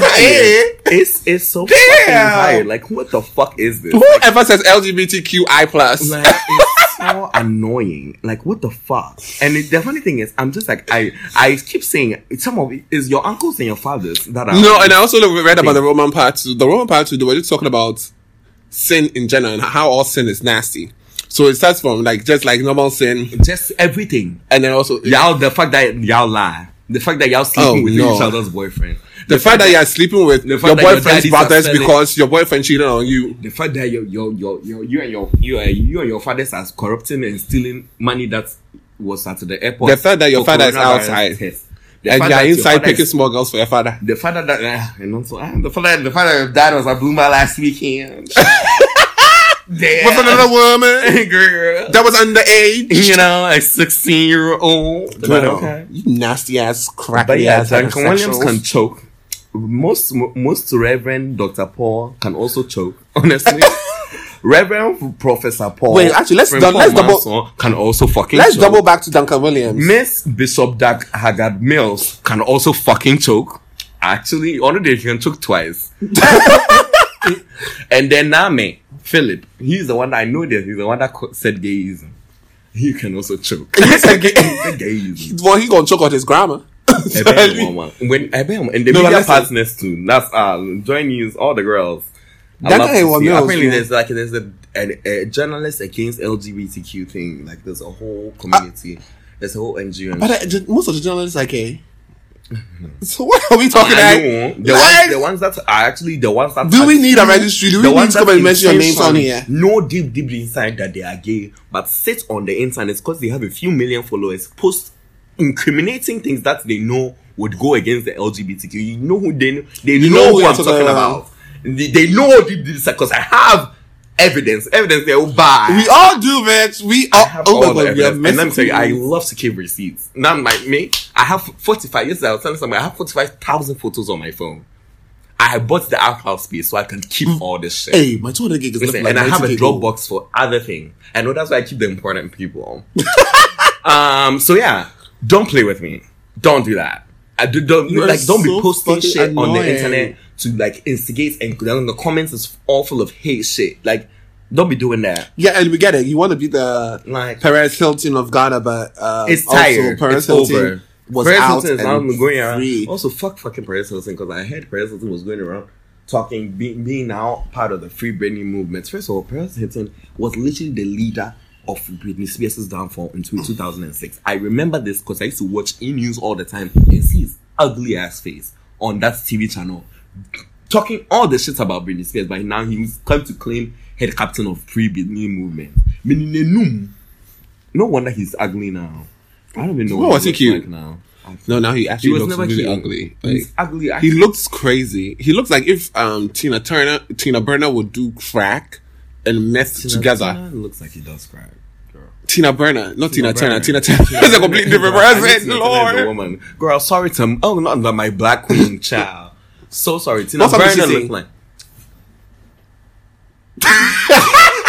where's my A?
it's it's so fucking tired. Like, what the fuck is this?
whoever says LGBTQI plus.
Like, it's so annoying. Like, what the fuck? And it, the funny thing is, I'm just like, I I keep saying some of it is your uncles and your fathers that are.
No, and I also read about the Roman part two. The Roman part two, they were just talking about sin in general and how all sin is nasty. So it starts from like just like normal sin,
just everything.
and then also
Y'all, the fact that y'all lie, the fact that y'all sleeping
Oh,
with
no.
each other's boyfriend,
the fact that you're sleeping with your
fact that your
boyfriend's
daddies are
brothers
selling-
because your boyfriend cheated on you.
the fact that your your your your you and your you and you and your fathers are corrupting and stealing money that was at the airport.
The fact that your
for
father is
coronavirus
outside.
test. The
And
fact
you're
that your
inside
father
picking
is-
small girls for your father.
the father that ah, and also ah, the father the father of dad was at Bluma last weekend. Damn.
What's another woman
girl?
that was underage?
You know, a sixteen year old. But okay.
You nasty ass,
But
crappy
yeah,
ass.
Duncan Williams
homosexuals.
can choke. Most mo- most Reverend Doctor Paul can also choke. Honestly, Reverend Professor Paul.
Wait, actually, let's
Reverend
dou- let's
Paul
double-
Manson can also fucking.
Let's
choke.
double back to Duncan Williams.
Miss Bishop Dag Haggard Mills can also fucking choke. Actually, already he can choke twice. and then Name, Philip, he's the one that I know this, he's the one that co- said gayism. He can also choke. he said gayism.
Well, he gonna choke on his grammar.
Ebem Mama. when Ebem and the
No, but
media
listen.
partners too. That's uh, join news, all the girls. I
That
love
guy
to
was
see.
Mills,
Apparently,
man.
there's like there's a, an, a journalist against LGBTQ thing. Like there's a whole community. there's a whole NGO. and
But uh, ju- most of the journalists are gay. So what are we talking
I
about?
know. The,
Like,
ones, the ones that are actually the ones that
do
are
we need a
true,
registry? Do
the
we need
ones
to come
that
and mention your names on
intentionally
here?
Know deep, deep inside that they are gay, but sit on the internet because they have a few million followers, post incriminating things that they know would go against the LGBTQ. You know who they know, they know,
know
who
who
I'm
you're
talking
talking
about. They, they know deep, deep inside because I have evidence, evidence they will buy.
We all do, bitch. We all.
I have
Oh
all
my
the
god, we are
evidence. And let me tell
messing.
you, I love to keep receipts. Not my me. I have forty-five. Yesterday, I was telling somebody I have forty-five thousand photos on my phone. I bought the archive space so I can keep all this shit.
Mm. Hey, my 200 gig is
Listen,
looking like
and I have a
90 gig.
Dropbox for other things. I know that's why I keep the important people. um. So yeah, don't play with me. Don't do that. I do, don't
You are
like. Don't
so
be posting
fucking
shit on the
annoying.
internet to like instigate and then the comments is all full of hate shit. Like, don't be doing that.
Yeah, and we get it. You want to be the
Like-
Perez Hilton of Ghana, but uh,
It's
also
tired.
Perez
it's
Hilton
over.
was
Perez
out
Hilton is out
and
and going around.
free.
Also, fuck fucking Perez Hilton because I heard Perez Hilton was going around talking, being, being now part of the Free Britney movement. First of all, Perez Hilton was literally the leader of Britney Spears' downfall in 2006. I remember this because I used to watch E! News all the time and see his ugly ass face on that TV channel talking all the shit about Britney Spears, but now he's come to claim head captain of Free Britney movement. Meaning, Enum. no wonder he's ugly now. I don't even know
Well, was he
looks
cute?
like now.
No, now he
He
actually
was
looks
never
really
cute.
ugly. Like,
He's ugly. I,
he looks crazy. He looks like if um Tina Turner, Tina Burner would do crack and mess
Tina
together.
Turner looks like he does cry. Girl,
Tina Burner, not Tina, Turner.
Burner.
Tina Turner is a completely different
I think
person.
Tina Turner is a
Lord,
woman. Girl, sorry to oh not not my black queen child. So sorry, Tina
What's up with
Burner
Sissy?
look like.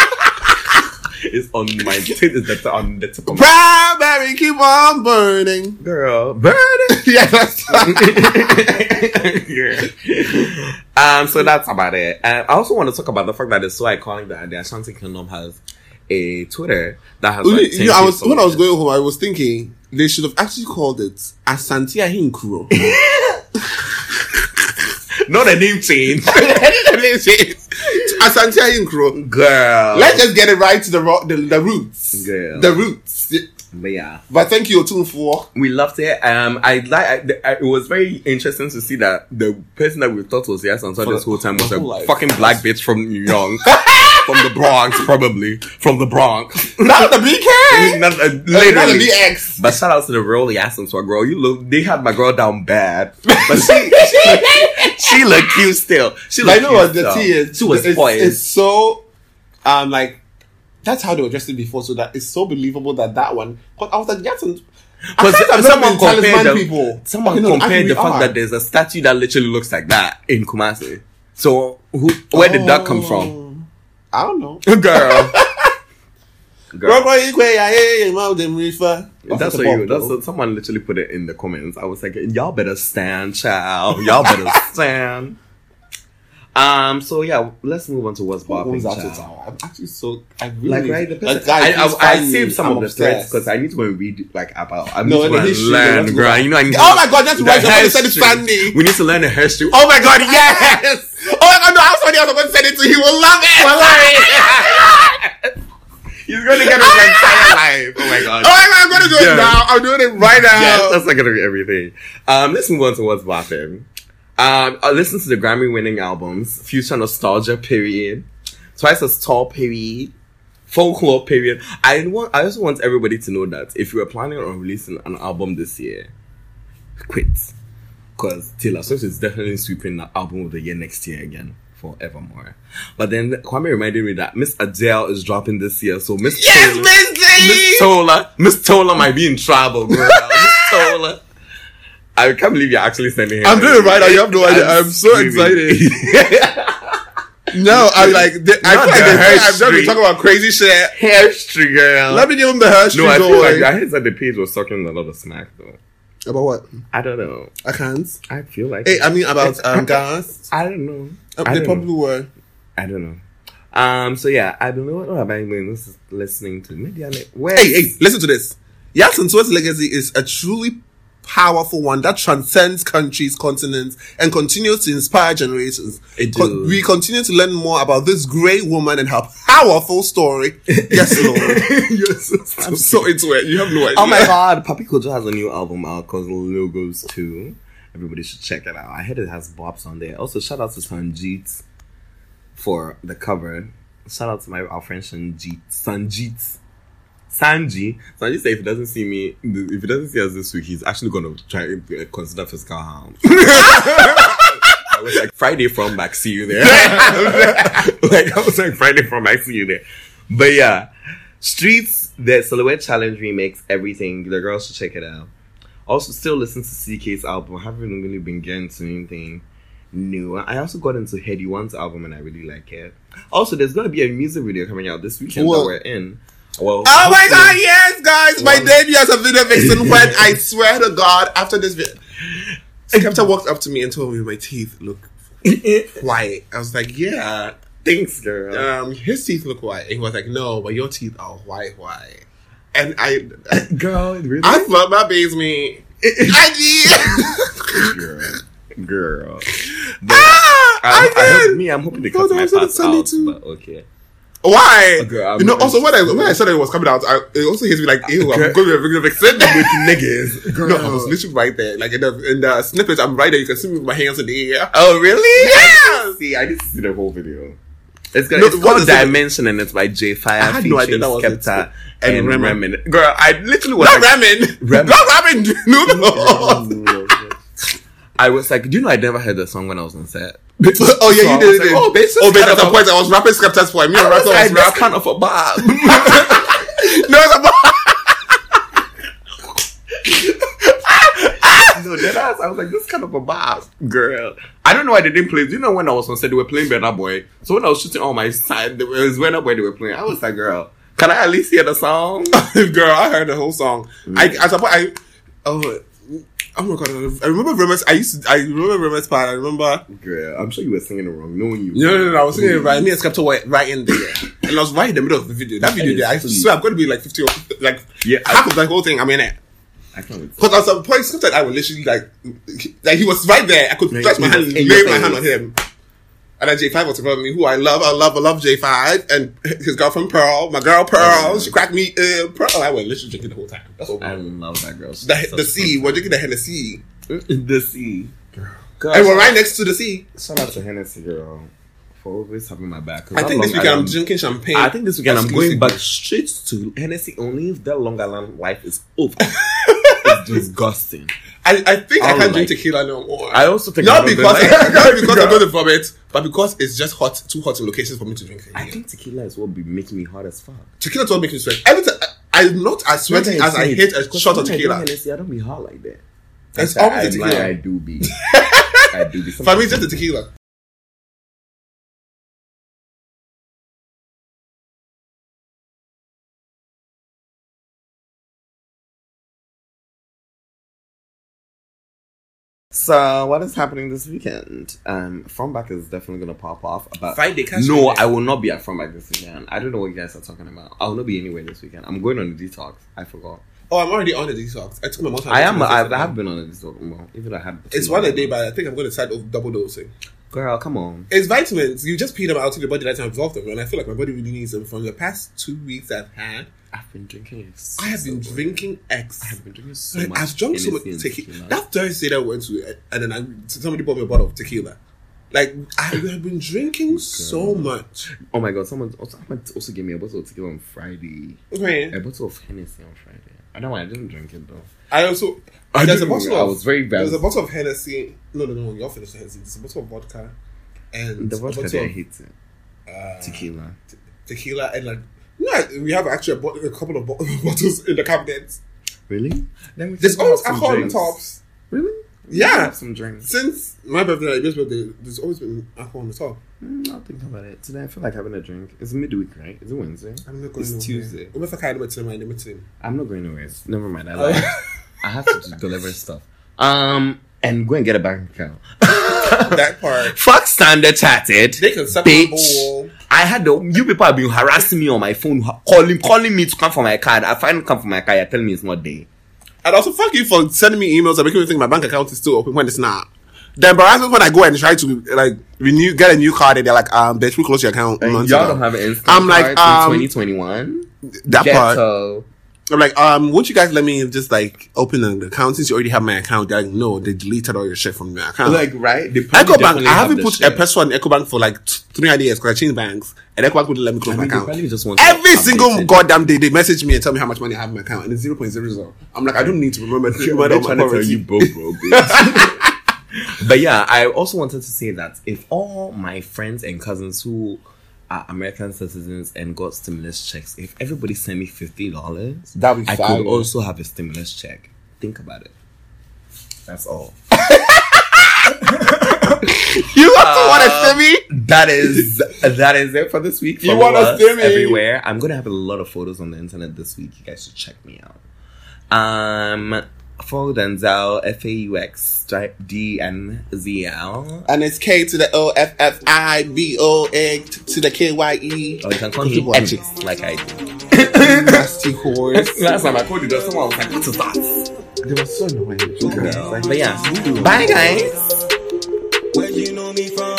it's on my tip. It's the, on the tip of my
primary keep on burning.
girl. Burning.
Yeah, that's
um, so that's about it. And I also want to talk about the fact that it's so iconic that the Ashanti Kingdom has a Twitter that has
Only-
like 10
you know, I was
K
when I was
followers.
going home, I was thinking they should have actually called it Asantia Hinkuro.
Not a name change.
Asantia Hinkuro.
Girl.
Let's just get it right to the ro- the, the roots.
Girl.
The roots.
but yeah.
But thank you, Otun, for
We loved it. Um, I like. I, the- I, it was very interesting to see that the person that we thought was yes answer this whole time was
the
a
whole life.
fucking black bitch from New York, from the Bronx, probably from the Bronx.
not the BK,
Not- uh,
not the
literally.
BX.
But shout out to the real yes answer girl. You look. They had my girl down bad, but she she looked cute still. She
But you
looked
know
cute
what? The
still.
tea is
she was
it's,
poised.
it's so um like that's how they were dressed it before, so that it's so believable that that one. But I was like, that's an,
Because
I've never
someone
been talisman
compared the,
people.
someone
You know, I
compared
mean,
the
we
fact
are.
that there's a statue that literally looks like that in Kumasi. So who, where did that come from,
I don't know.
girl?
Oh.
girl.
That's
That's what you. That's what someone literally put it in the comments. I was like, y'all better stand, child. Y'all better stand. Um. So yeah, let's move on to what's bopping,
Who's out
child.
of town? I'm actually so I really
Like right, the person.
Like, guys,
I, I,
please
I,
find me.
saved some
I'm
of the threads
obsessed.
because I need to go and read like about. I need
No,
to
the
go and
history,
learn,
let's go
girl.
back.
You know, I need
Oh my God, that's
the
right, I'm gonna send it
history.
Sunday.
We need to learn the history.
Oh my god, yes! Oh my god, no, I have somebody else I'm gonna send it to. He will love it!
He's going to get us like entire life. Oh my god.
Oh my god, I'm gonna do
Yeah.
it now. I'm doing it right now.
Yes, that's not going to be everything. Um, let's move on to what's bopping. Um, I listened to the Grammy winning albums, Future Nostalgia period, Twice as Tall period, Folklore period. I want, I also want everybody to know that if you are planning on releasing an album this year, quit. Because Taylor Swift is definitely sweeping the album of the year next year again. Forevermore, but then Kwame reminded me that Miss Adele is dropping this year, so Miss Taylor- Miss Tola. Miss Tola might be in trouble, girl. Miss Tola. I can't believe you're actually sending him.
I'm doing it right now. You have no idea. I'm, so
screaming.
excited. no, I'm like, they, I
Not
feel like
the
they
hair
think I'm just
straight.
talking about crazy shit.
Hairstring, girl.
Let me give them the Hershey
no, I feel
going.
like I heard that the page was talking a lot of smack though.
About what?
I don't know.
I can't.
I feel like
Hey, I mean about um, gas.
I don't know.
Um,
I
they
don't
probably
know.
were.
I don't know. Um. So yeah, I don't know what have I been lis- listening to. Maybe I like where.
Hey, hey, listen to this. Yasin Tua's legacy is a truly powerful one that transcends countries, continents, and continues to inspire generations.
It
Con-
do.
we continue to learn more about this great woman and her powerful story. Yes, Lord.
Yes.
I'm so into it. You have no idea.
Oh my god, Papi Kojo has a new album out called Logos 2. Everybody should check it out. I heard it has bops on there. Also, shout out to Sanjeet for the cover. Shout out to my our friend Sanjeet. Sanjeet. Sanji. Sanji said if he doesn't see me, if he doesn't see us this week, he's actually going to try and uh, consider physical harm. I was like, Friday from back, see you there. like, I was like, Friday from back, see you there. But yeah, Streets, the Silhouette Challenge remix, everything. The girls should check it out. Also, still listen to CK's album. haven't really been getting to anything new. I also got into Heady One's album and I really like it. Also, there's going to be a music video coming out this weekend that
Well-
we're in. Well,
Oh my god,
hopefully-
yes, guys! My debut as a video vixen when I swear to God, after this video, Skepta walked up to me and told me my teeth look white. I was like, yeah.
Thanks, girl.
Um, his teeth look white. And he was like, no, but your teeth are white, white. And I,
girl, really?
I love my babies, me. I did.
girl. Girl.
ah,
I'm-
I
hope-
did.
me, I'm hoping they
Hold
cut
on,
my
I'm gonna
parts
send it
out,
to-
but okay.
Why?
Girl, I'm-
you know, also when I when I saw that it was coming out, I, it also hit me like, ew, I'm going
Girl.
to be a regular vixen.
niggas.
No, I was literally right there. Like in the, in the snippet, I'm right there. You can see me with my hands in the air.
Oh, really?
Yes!
See, I need to see the whole video. It's, gonna,
No,
it's
what
called
is it?
Dimension and it's by J Fire
I had
featuring
no idea that was
Skepta
it.
and,
And
Remin.
Remin.
Girl, I literally was
Not
like,
ramen.
Ramen.
Not ramen Oh, noodles.
I was like, do you know I never heard the song when I was on set?
oh, yeah, you
So I was
did. it.
like, oh, bitch, this
Oh, bitch,
kind
at
of
the
a-
point, I was rapping Skepta's point. Me and
I
Rapper
was like,
was
that's
rapping.
kind of a bob.
No, it's about.
no, that ass. I was like, this is kind of a vibe, girl. I don't know why they didn't play. Do you know when I was on set, they were playing Better Boy. So when I was shooting on my side, it was Better Boy they were playing. I was like, girl, can I at least hear the song?
girl, I heard the whole song. I, at some point, I, oh, Oh my god! I remember Remus. I used to. I remember Remus part. I remember.
Girl, I'm sure you were singing it wrong, knowing you.
No, no, no, no. I was singing right. Me and Skepta were right in there, and I was right in the middle of the video. That video, there, I swear, I'm going to be like fifty, or, like
Yeah, I-
half of that whole thing. I'm in it.
I can't wait.
Because at some point, Skepta and I were literally like, like he was right there. I could
Yeah,
touch my
he
hand,
was
and
in your
lay my
face.
hand on him. And then J5 was in front of me, who I love, I love, I love J5, and his girlfriend Pearl, my girl
Oh,
Pearl, she cracked me, uh, Pearl, I was literally drinking the whole time. That's what
I
the,
love that girl. She's such
the
a-
sea, we're drinking the Hennessy.
the sea.
And we're right next to the sea.
Shout out to Hennessy girl for always having my back. 'Cause
I
how
think this
long
weekend I'm
don't-
drinking champagne.
I think this weekend I'm
Exclusive.
going back straight to Hennessy only if that Long Island life is over. it's disgusting.
I, I think I
I'm
can't drink
like-
tequila no more.
I also think
not
I've been
because
like-
not because I'm going to vomit, but because it's just hot, too hot in locations for me to drink. in
I
here.
think tequila is what be making me hot as fuck.
Tequila don't make me sweat. Every time I'm not as sweaty as I hate a shot of tequila.
Hennessy, I don't be hot like that.
It's
I,
always the
I, I
tequila.
do be. I do be.
For me, it's just the tequila.
So, what is happening this weekend? Um, Fromback is definitely gonna pop off. But
Friday, catch me there.
no, I will not be at Fromback this weekend. I don't know what you guys are talking about. I will not be anywhere this weekend. I'm going on a detox. I forgot.
Oh, I'm already on the detox. I took my morning.
I am. I've, I have been on a detox. Well, even I have.
It's one a day, but I think I'm going to start off double dosing.
girl, come on.
It's vitamins. You just pee them out to the body that absorb them, and I feel like my body really needs them. From the past two weeks I've had,
I've been drinking. so
I have been
much.
drinking X.
I've been drinking so
Like,
much.
I've drunk so much
Hennessy and
tequila.
tequila.
That Thursday that I went to, uh, and then I, somebody bought me a bottle of tequila. Like I have been drinking so much.
Oh my god, someone also, someone also gave me a bottle of tequila on Friday.
Right.
A bottle of Hennessy on Friday. I don't know why I didn't drink it though.
I also
I
there's a
didn't-
bottle
I
of
was very bad.
There's a bottle of Hennessy. No, no, no. You're finished with Hennessy. There's a bottle of vodka and
The
a
vodka
bottle
there, I
of uh,
hate it. tequila.
tequila and like. No, we have actually a, bo- a couple of bo- bottles in the cabinet.
Really? Then we
There's
can
always
have some
alcohol on the
drinks.
tops.
Really? We
Yeah.
can have some drinks.
Since my birthday, like this birthday, there's always been alcohol on the top.
Mm, I'll think about it. Today I feel like having a drink. It's midweek, right? Is it Wednesday?
I'm not going
It's
nowhere.
Tuesday.
I'm not fucking with him. I'm not with him.
I'm not going anywhere. Never mind.
Oh.
I lied. I have to just deliver stuff. Um, and go and get a bank account.
That part.
Fuck standard chatted.
They can suck my
Bitch.
ball.
I had the you people have been harassing me on my phone, ha- calling calling me to come for my card. I finally come for my card. You're telling me it's not there.
And also, fuck you for sending me emails and making me think my bank account is still open when it's not. The embarrassment when I go and try to like renew, get a new card, and they're like, um, bitch, we closed your account.
And
months
y'all
ago.
don't have an instant
I'm like, um,
in 2021.
that part.
Ghetto.
I'm like, um, would you guys let me just like open an account since you already have my account? They're like, no, they deleted all your shit from your account.
Like, right? They probably
Echo Bank,
definitely
I
have
haven't
the
put
shit.
a person on Echo Bank for like t- three odd years because I changed banks, and Echo Bank wouldn't let me close
I mean,
my
they
account.
probably just want to
Every
update
single
it.
goddamn day, they message me and tell me how much money I have in my account, and it's zero point zero zero. I'm like, I don't need to remember.
But
remember all my poverty.
broke, bro, bitch.
But yeah, I also wanted to say that if all my friends and cousins who are American citizens and got stimulus checks, if everybody sent me fifty dollars,
That'd be
I
fire.
could also have a stimulus check. Think about it. That's all.
You have to want
uh,
to send me.
That is that is it for this week.
You
Follow
wanna
us
see me?
everywhere. I'm gonna have a lot of photos on the internet this week. You guys should check me out. Um, follow Denzel F A U X D N Z L.
And it's K to the O F F I B O A to the K Y E.
Or you can call me
Watch it.
X like I do.
Nasty horse.
Last time I called you, that someone was like, "What is that?" Mm-hmm.
They were so annoying.
Girl. But yeah, bye guys.
Where you know me from?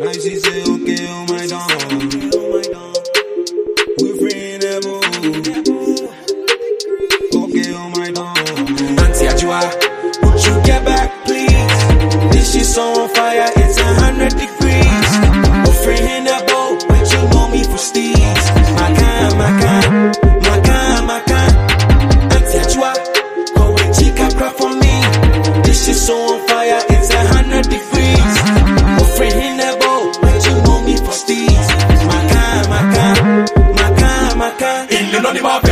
Now she say, okay, oh my dog. We're free in the Okay, oh my dog. Auntie Ajua, would you get back, please? This is on fire, it's a hundred degrees. We're free in the boat, but you know me for steez. My kind, my kind, my kind, my kind. Auntie Ajua, go and chica cry for me. This is on fire, it's a hundred degrees. We're free in the boat, but you know me for steez. My kind, my kind, my kind, my kind. In the